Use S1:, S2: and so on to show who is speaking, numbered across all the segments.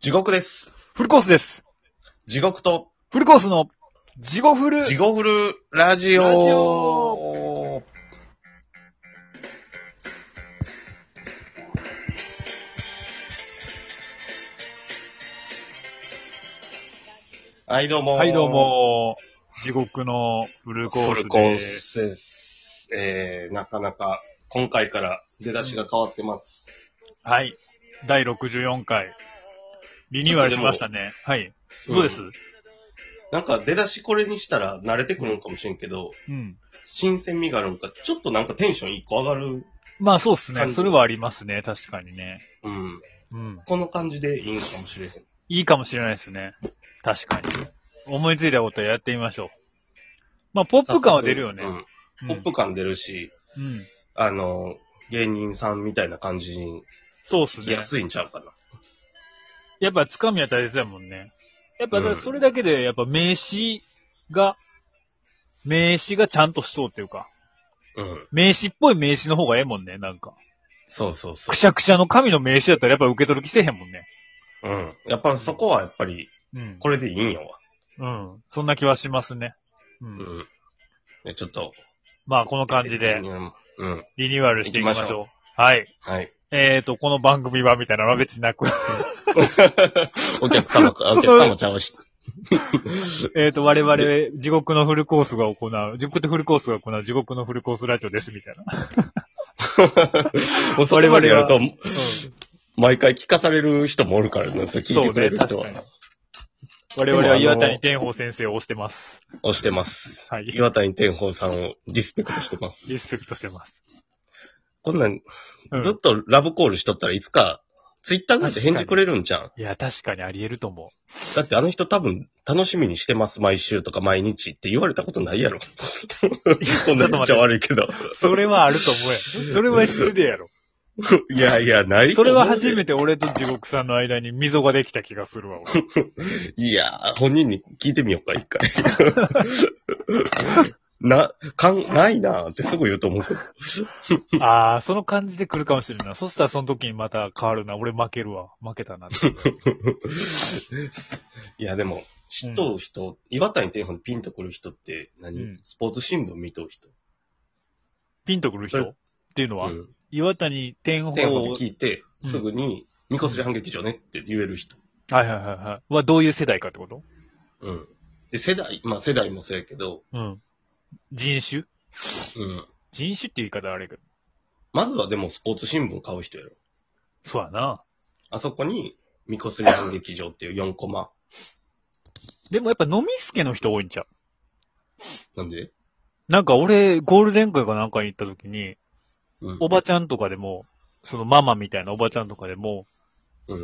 S1: 地獄です。
S2: フルコースです。
S1: 地獄と、
S2: フルコースの、ジゴフル。
S1: 地獄フルラジオ。
S2: ラジオ
S1: はい、どうも。
S2: はい、どう。も。地獄のフルコ
S1: フ
S2: ー
S1: ル
S2: ス
S1: コー
S2: です。
S1: スです。えー、なかなか、今回から出だしが変わってます。
S2: はい。第64回。リニューアルしましたね。はい。
S1: うん
S2: どうです
S1: なんか出だしこれにしたら慣れてくるのかもしれんけど、
S2: うん。
S1: 新鮮味があるのか、ちょっとなんかテンション一個上がる。
S2: まあそうっすね。
S1: 感じ
S2: それはありますね。確かにね。
S1: うん。
S2: うん。
S1: この感じでいいのかもしれへん。
S2: いいかもしれないですね。確かに。思いついたことはやってみましょう。まあ、ポップ感は出るよね。
S1: うんポップ感出るし、
S2: うん。うん。
S1: あの、芸人さんみたいな感じに、
S2: そうっすね。
S1: 安いんちゃうかな。
S2: やっぱ掴みは大切やもんね。やっぱだからそれだけで、やっぱ名詞が、名詞がちゃんとしとうっていうか、
S1: うん。
S2: 名詞っぽい名詞の方がええもんね、なんか。
S1: そうそうそ
S2: くしゃくしゃの紙の名詞だったらやっぱ受け取る気せえへんもんね。
S1: う。うん。やっぱそこはやっぱり、
S2: うん。
S1: これでいいんやわ。
S2: うん。そんな気はしますね。う。
S1: うんん。ねちょっと。
S2: まあ、この感じで
S1: うん。うん
S2: リニューアルしていきましょう。
S1: 行きましょ
S2: はい。
S1: はい。
S2: えーと、この番組はみたいなのは別になく。
S1: お客 様か、お客様ちゃうし。
S2: えーと、我々、地獄のフルコースが行う、地獄でフルコースが行う地獄のフルコースラジオです、みたいな。
S1: もうそれまでやると、
S2: うん。
S1: 毎回聞かされる人もおるからね、それ聞いてくれる人は
S2: そうね確我々は岩谷天宝先生を推してます。
S1: 押してます。
S2: はい
S1: 岩谷天宝さんをリスペクトしてます
S2: リ。スペクトしてます。
S1: こんなん、
S2: うん
S1: ずっとラブコールしとったらいつか、ツイッターぐらいで返事くれるんじゃん。
S2: いや、確かにあり得ると思う。
S1: だってあの人多分、楽しみにしてます、毎週とか毎日って言われたことないやろ。こんな言っちゃ悪いけど。
S2: それはあると思うやん。それは失礼やろ。
S1: いやいや、ないと思
S2: それ
S1: うよ
S2: は初めて俺と地獄さんの間に溝ができた気がするわ、 俺。
S1: いや、本人に聞いてみようか、一回。 な、かん、ないなーってすぐ言うと思うけど。
S2: ああ、その感じで来るかもしれんない。そしたらその時にまた変わるな。俺負けるわ。負けたなって。
S1: いや、でも、知っとう人、岩谷天本にピンとくる人って何、
S2: うん
S1: スポーツ新聞見とう人。
S2: ピンとくる人
S1: それ
S2: っていうのは、
S1: うん
S2: 岩谷天
S1: 天
S2: 宝
S1: 本
S2: を
S1: で聞いて、すぐに、ミコスリ反撃場ねって言える人。
S2: はいはいはいはい。はどういう世代かってこと
S1: うん。で、世代、まあ世代もそうやけど、
S2: うん。人種
S1: うん。
S2: 人種っていう言い方はあれやけど。
S1: まずはでもスポーツ新聞買う人やろ。
S2: そうやな。
S1: あそこに、ミコスリ反撃場っていう4コマ。
S2: でもやっぱ飲みすけの人多いんちゃう
S1: なんで
S2: なんか俺、ゴールデン会かなんかに行った時に、
S1: うん。
S2: おばちゃんとかでも、そのママみたいなおばちゃんとかでも、
S1: うん。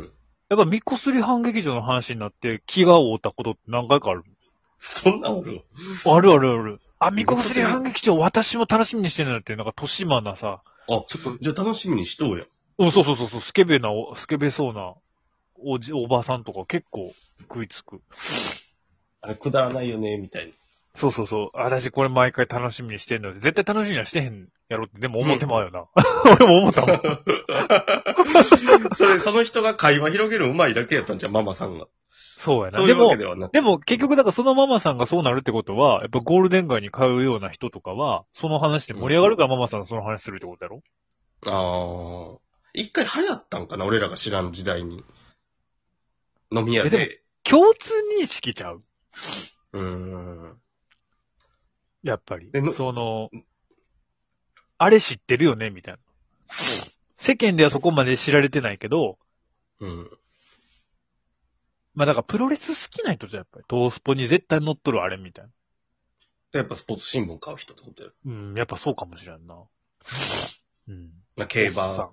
S2: やっぱミコスリ反劇場の話になって気が合うたことって何回かある。
S1: そんなんおる
S2: あるあるある。あ、ミコスリ反劇場私も楽しみにしてるんだって、なんか豊島なさ、
S1: あ、
S2: ちょっと、
S1: じゃあ楽しみにしとうや。
S2: うん、そうそうそうそう、スケベなお、スケベそうなおじ、おばさんとか結構食いつく。
S1: あれ、くだらないよね、みたいな。
S2: そうそうそう、私これ毎回楽しみにしてるので、絶対楽しみにはしてへんやろって、でも思ってまうよな。 俺も思ったもん。
S1: それ、その人が会話広げるうまいだけやったんじゃん、ママさんが。
S2: そうやな。
S1: そうい
S2: で
S1: うわ
S2: も
S1: け、ではなく。
S2: でも結局だからそのママさんがそうなるってことは、やっぱゴールデン街に通うような人とかは、その話で盛り上がるからママさんがその話するってことだろ
S1: ああ。一回流行ったんかな、俺らが知らん時代に。飲み屋
S2: え
S1: で。
S2: 共通認識ちゃう
S1: うーん。
S2: やっぱり
S1: えの。
S2: その、あれ知ってるよねみたいな。世間ではそこまで知られてないけど、
S1: うん。
S2: まあだからプロレス好きな人じゃやっぱり、トースポに絶対乗っとるあれみたいな。
S1: で、やっぱスポーツ新聞買う人ってことやろ。
S2: うん、やっぱそうかもしれんな。うん。
S1: まあ、競
S2: おっさん
S1: 馬。。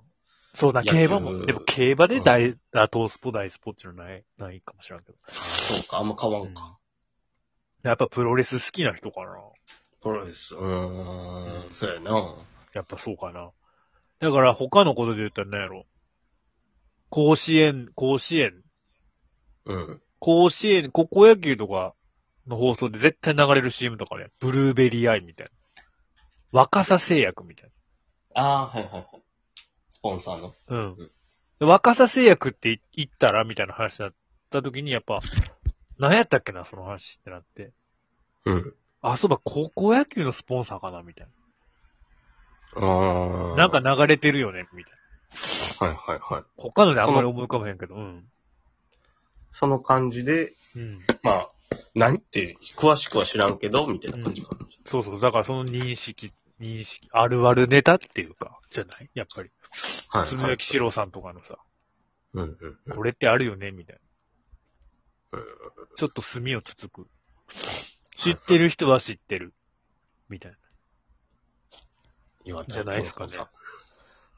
S2: そうだ、
S1: 野球
S2: 競馬も。でも競馬で大、あ、トースポ、大スポっていうのはない、ないかもしれんけど。
S1: そうか、あんま買わんか。
S2: やっぱプロレス好きな人かな。
S1: プロレス。うーん。そうやな。
S2: やっぱそうかな。だから他のことで言ったら何やろ。甲子園、甲子園、
S1: うん。
S2: 甲子園、高校野球とかの放送で絶対流れる CM とかね。ブルーベリーアイみたいな。若さ製薬みたい
S1: ああ、はいはいはい。スポンサーの。
S2: な。うん。若さ製薬って言ったらみたいな話だった時に、やっぱ、何やったっけな、その話ってなって。
S1: うん。
S2: あ、そういえば高校野球のスポンサーかな、みたい
S1: あ
S2: な。
S1: あ。
S2: なんか、流れてるよね、みたい
S1: は
S2: な。
S1: いはいはい。
S2: 他のであんまり思い浮かばへんけど、うん。
S1: その感じで、
S2: うん。
S1: まあ、何って詳しくは知らんけど、みたいな感じかな。
S2: そうそう。だからその認識、認識、あるあるネタっていうか、じゃないやっぱり。
S1: はい、
S2: つ
S1: はい。
S2: ぶやきしろさんとかのさ、
S1: うんうんうん。
S2: これってあるよねみたいな
S1: うん。
S2: ちょっと墨をつつく。知ってる人は知ってる。みたいな。
S1: 岩田
S2: じゃないですかね
S1: 健吾さん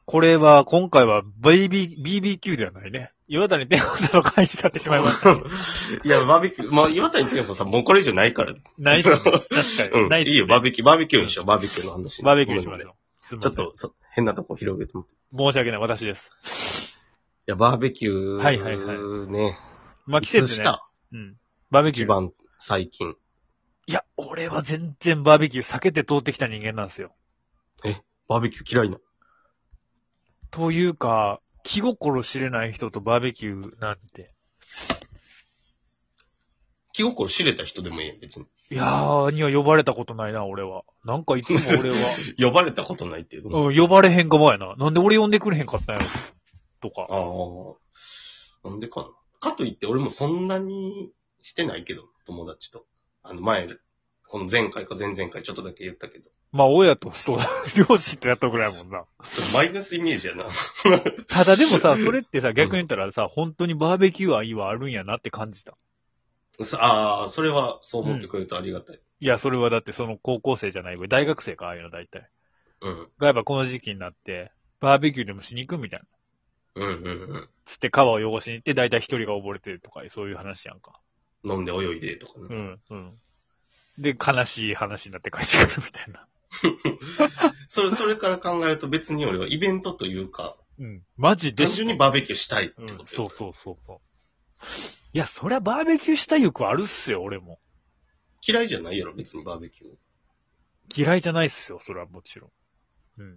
S2: これは、今回は BB、BBQ ではないね。岩谷天狗さんの回になってしまいました。
S1: いや、バーベキュー、まあ、岩谷健吾さん、もうこれ以上ないから。
S2: ない っすね。確か
S1: う
S2: に。
S1: ん。
S2: ないいっすね
S1: いよ、バーベキュー、バーベキューにしよう、バーベキューの話。
S2: バーベキューにしまし
S1: う。
S2: ょう。すい
S1: ち
S2: ませ
S1: ょ
S2: ん
S1: っと、そ変なとこ広げてもらって。
S2: 申し訳ない、私です。
S1: いや、バーベキュー、
S2: はいはいはい
S1: ね。
S2: まあ、季
S1: いつ
S2: 節
S1: し
S2: ね。
S1: た
S2: うん。バーベキュ
S1: 一
S2: ー。
S1: 番最近。
S2: いや、俺は全然バーベキュー避けて通ってきた人間なんですよ。
S1: バーベキュー嫌いな。
S2: というか、気心知れない人とバーベキューなんて。
S1: 気心知れた人でもいいやん、別に。
S2: いやー、には呼ばれたことないな、俺は。なんかいつも俺は。
S1: 呼ばれたことないっていうのも。
S2: うん、呼ばれへん側やな。なんで俺呼んでくれへんかったんやろ。とか。
S1: ああ。なんでかな。かといって、俺もそんなにしてないけど、友達と。あの、前、この前回か前々回ちょっとだけ言ったけど。
S2: まあ、親と人だ、 両親とやったぐらいやもんな。
S1: マイナスイメージやな。
S2: ただでもさ、それってさ、逆に言ったらさ、本当にバーベキュー愛はあるんやなって感じた。
S1: さああ、それはそう思ってくれるとありがたい。
S2: いや、それはだってその高校生じゃない、大学生か、ああいうの大体。
S1: うん。
S2: がやっぱこの時期になって、バーベキューでもしに行くみたい
S1: う
S2: な。
S1: んうん
S2: つって川を汚しに行って、大体一人が溺れてるとか、そういう話やんか。
S1: うん。飲んで泳いでとか
S2: う
S1: ね。
S2: ん、うん。で、悲しい話になって帰ってくるみたいな。
S1: それ、それから考えると別に俺はイベントというか、
S2: うん。マジで
S1: 単純にバーベキューしたいって
S2: う
S1: こと
S2: ん
S1: よ、、
S2: そうそうそうそう。いや、そりゃバーベキューしたい欲あるっすよ、俺も。
S1: 嫌いじゃないやろ、別にバーベキュー。
S2: 嫌いじゃないっすよ、それはもちろん。うん。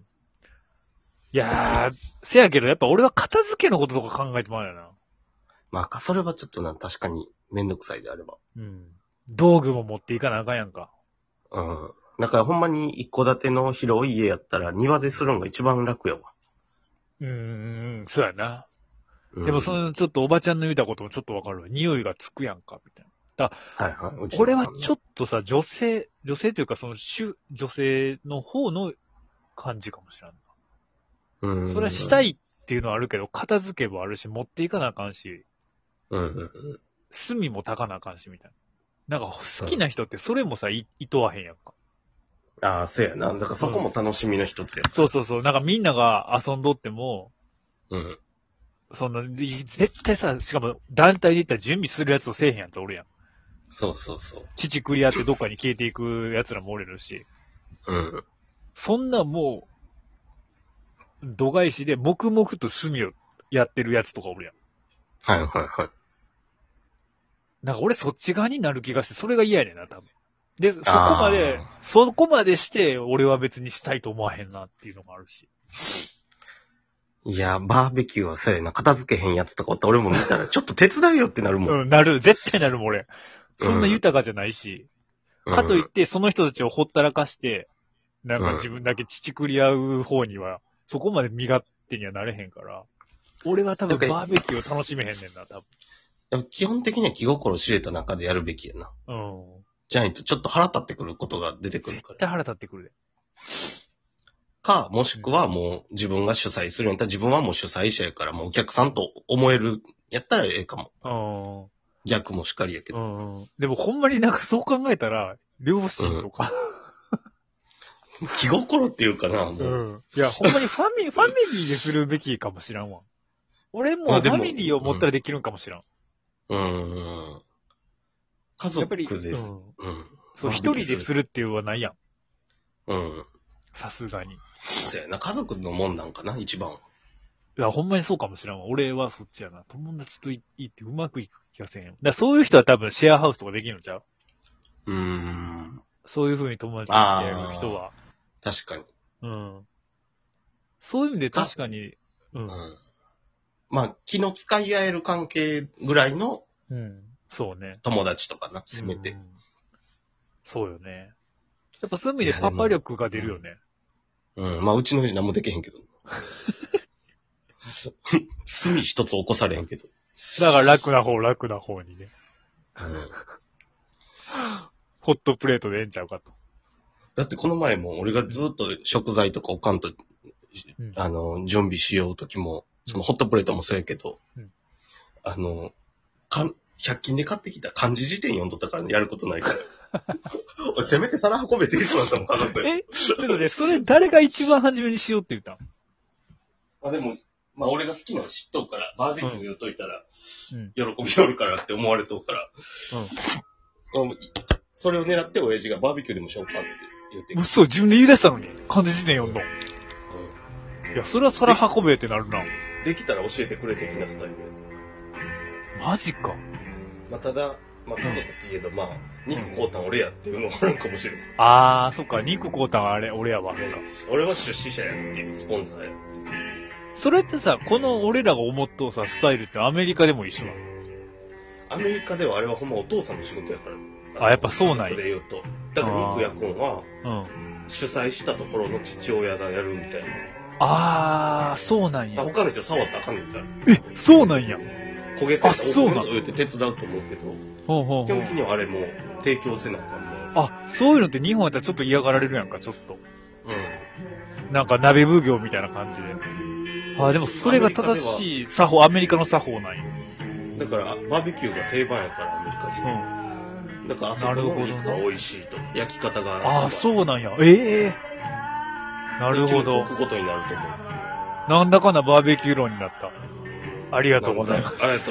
S2: いやー、せやけど、やっぱ俺は片付けのこととか考えてもらうよな。
S1: まあか、それはちょっとな、確かにめんどくさいであれば。
S2: うん。道具も持っていかなあかんやんか。
S1: うん。だからほんまに一戸建ての広い家やったら庭でするのが一番楽やわ。
S2: うーん、そうやな。
S1: うん
S2: でもそ、のちょっとおばちゃんの言うたこともちょっとわかるわ。匂いがつくやんか、みたい
S1: はいはい。う
S2: な。
S1: ち
S2: こ
S1: の
S2: れは
S1: 旦那
S2: ちょっとさ、女性、女性というかその主、女性の方の感じかもしれんな
S1: うん
S2: い。それはした
S1: い。
S2: いっていうのはあるけど、片付けもあるし、持っていかなあかんし、
S1: うんうんうん。
S2: 炭も炊かなあかんし、みたいな。なんか好きな人ってそれもさ、い、いとわへんやんか。
S1: ああ、そうやな。だからそこも楽しみの一つや。
S2: そうそうそう。なんかみんなが遊んどっても、
S1: うん。
S2: その、い絶対さ、しかも団体で言ったら準備するやつをせえへんやつおるやん。
S1: そうそうそう。
S2: 父クリアってどっかに消えていくやつらもおれるし。
S1: うん。
S2: そんなもう、度外視で黙々と炭をやってるやつとかおるやん。
S1: はいはいはい。
S2: なんか俺そっち側になる気がして、それが嫌やねんな、多分。で、そこ
S1: あー
S2: まで、そこまでして、俺は別にしたいと思わへんなっていうのがあるし。
S1: いや、バーベキューはそうやな。片付けへんやつとかおって俺も見たら、ちょっと手伝いよってなるもん。
S2: うん、なる、絶対なるもん俺。そんな豊かじゃないし。
S1: うん
S2: かといって、その人たちをほったらかして、なんか自分だけ乳くり合う方には、そこまで身勝手にはなれへんから。俺は多分
S1: だから
S2: バーベキューを楽しめへんねんな、多
S1: でも基本的には気心知れた中でやるべきやな。
S2: 分。うん。
S1: じゃないとちょっと腹立ってくることが出てくるか
S2: 絶
S1: ら。
S2: 対腹立ってくるで。
S1: か、もしくはもう自分が主催するんやったら自分はもう主催者やから、もうお客さんと思える、やったらええかも。
S2: うん。
S1: 逆もしかりやけど。
S2: うんうん。でもほんまになんかそう考えたら、両親とか。
S1: 気心っていうかな、もう。
S2: ん。いや、ほんまにファミ、ファミリーでするべきかもしらんわ。俺もフ
S1: まあでも
S2: ァミリーを持ったらできるんかもしらん。
S1: うーん。家
S2: やっぱり、
S1: 族です。
S2: うん
S1: うん。
S2: そう、
S1: ファミリー
S2: 一人でするっていうのはないやん。
S1: うん。
S2: さすがに。い
S1: そうやな。家族のもんなんかな、一番。
S2: や、ほんまにそうかもしらんわ。俺はそっちやな。友達とい行ってうまくいく気がせんよ。だからそういう人は多分シェアハウスとかできるのちゃう
S1: うーん。
S2: そういう風に友達と付き合う人は。
S1: 確かに。
S2: うん。そういう意味で確かに、う。
S1: うんん。まあ、気の使い合える関係ぐらいの
S2: うん。そうね。
S1: 友達とかな、せめて。
S2: うんそうよね。やっぱそういう
S1: い
S2: 意味で
S1: やで
S2: パ
S1: も
S2: パ力が出るよね。
S1: うん。まあ、うちの親父何もできへん けど。罪一つ起こされへんけど。
S2: だから楽な方、楽な方にね。
S1: うん
S2: ホットプレートでええんちゃうかと。
S1: だってこの前も俺がずっと食材とかおかんと、
S2: うん
S1: あの、準備しようときも、そのホットプレートもそうやけど、
S2: うん
S1: あの、かん、100均で買ってきた漢字辞典読んどったから、やることないから。俺せめて皿運べって言うたもん、家族で。
S2: えちょっとね、それ誰が一番初めにしようって言ったん
S1: まあでも、まあ俺が好きなの知っとうから、バーベキュー言うといたら、
S2: うん
S1: 喜びよるからって思われとうから。うん。それを狙って親父がバーベキューでもしようかって言ってき
S2: 嘘、自分で言い出したのに。漢字辞典読んの。
S1: た、
S2: いや、それは皿運べってなるな。
S1: うんできたら教えてくれ的なスタイルで。
S2: マジか。
S1: まあ、ただ、まあ、家族って言えど、まあ、肉交換俺やっていうのもあるんかもしれない。
S2: あー、そっか、肉買うたんはあれ、俺やわ。
S1: 俺は出資者やっていう、スポンサーや。
S2: それってさ、この俺らが思っとうさ、スタイルってアメリカでも一緒なの
S1: アメリカではあれはほんまお父さんの仕事やから。
S2: あやっぱそうなんや
S1: 家族で言うと。だから肉やくんは、
S2: うん。
S1: 主催したところの父親がやるみたいな。
S2: あー、そうなん
S1: まあ
S2: や。
S1: 他の人触ったらあかんねんから。
S2: え、そうなんや。
S1: 焦げさせた
S2: あそうなん
S1: お言うて手伝うと思うけど、
S2: ほうほう
S1: 基
S2: ほう
S1: 本的。にはあれも提供せなあかんね
S2: あ、そういうのって日本やったらちょっと嫌がられるやんか、ちょっと。
S1: う
S2: なんか鍋奉行みたいな感じで。あー、でもそれが正しい作法、アメリカの作法なんや。
S1: ん。だから、バーベキューが定番やから、アメリカ人。
S2: うん。
S1: だから、あそこ
S2: なる
S1: の
S2: ほどな
S1: 肉が美味しいと。焼き方が。
S2: あー、そうなんや。ええー。なるほど
S1: 置。くことになると思う。
S2: なんだかんだバーベキュー論になった。ありがとうございま
S1: あ
S2: す。
S1: りがとうございます。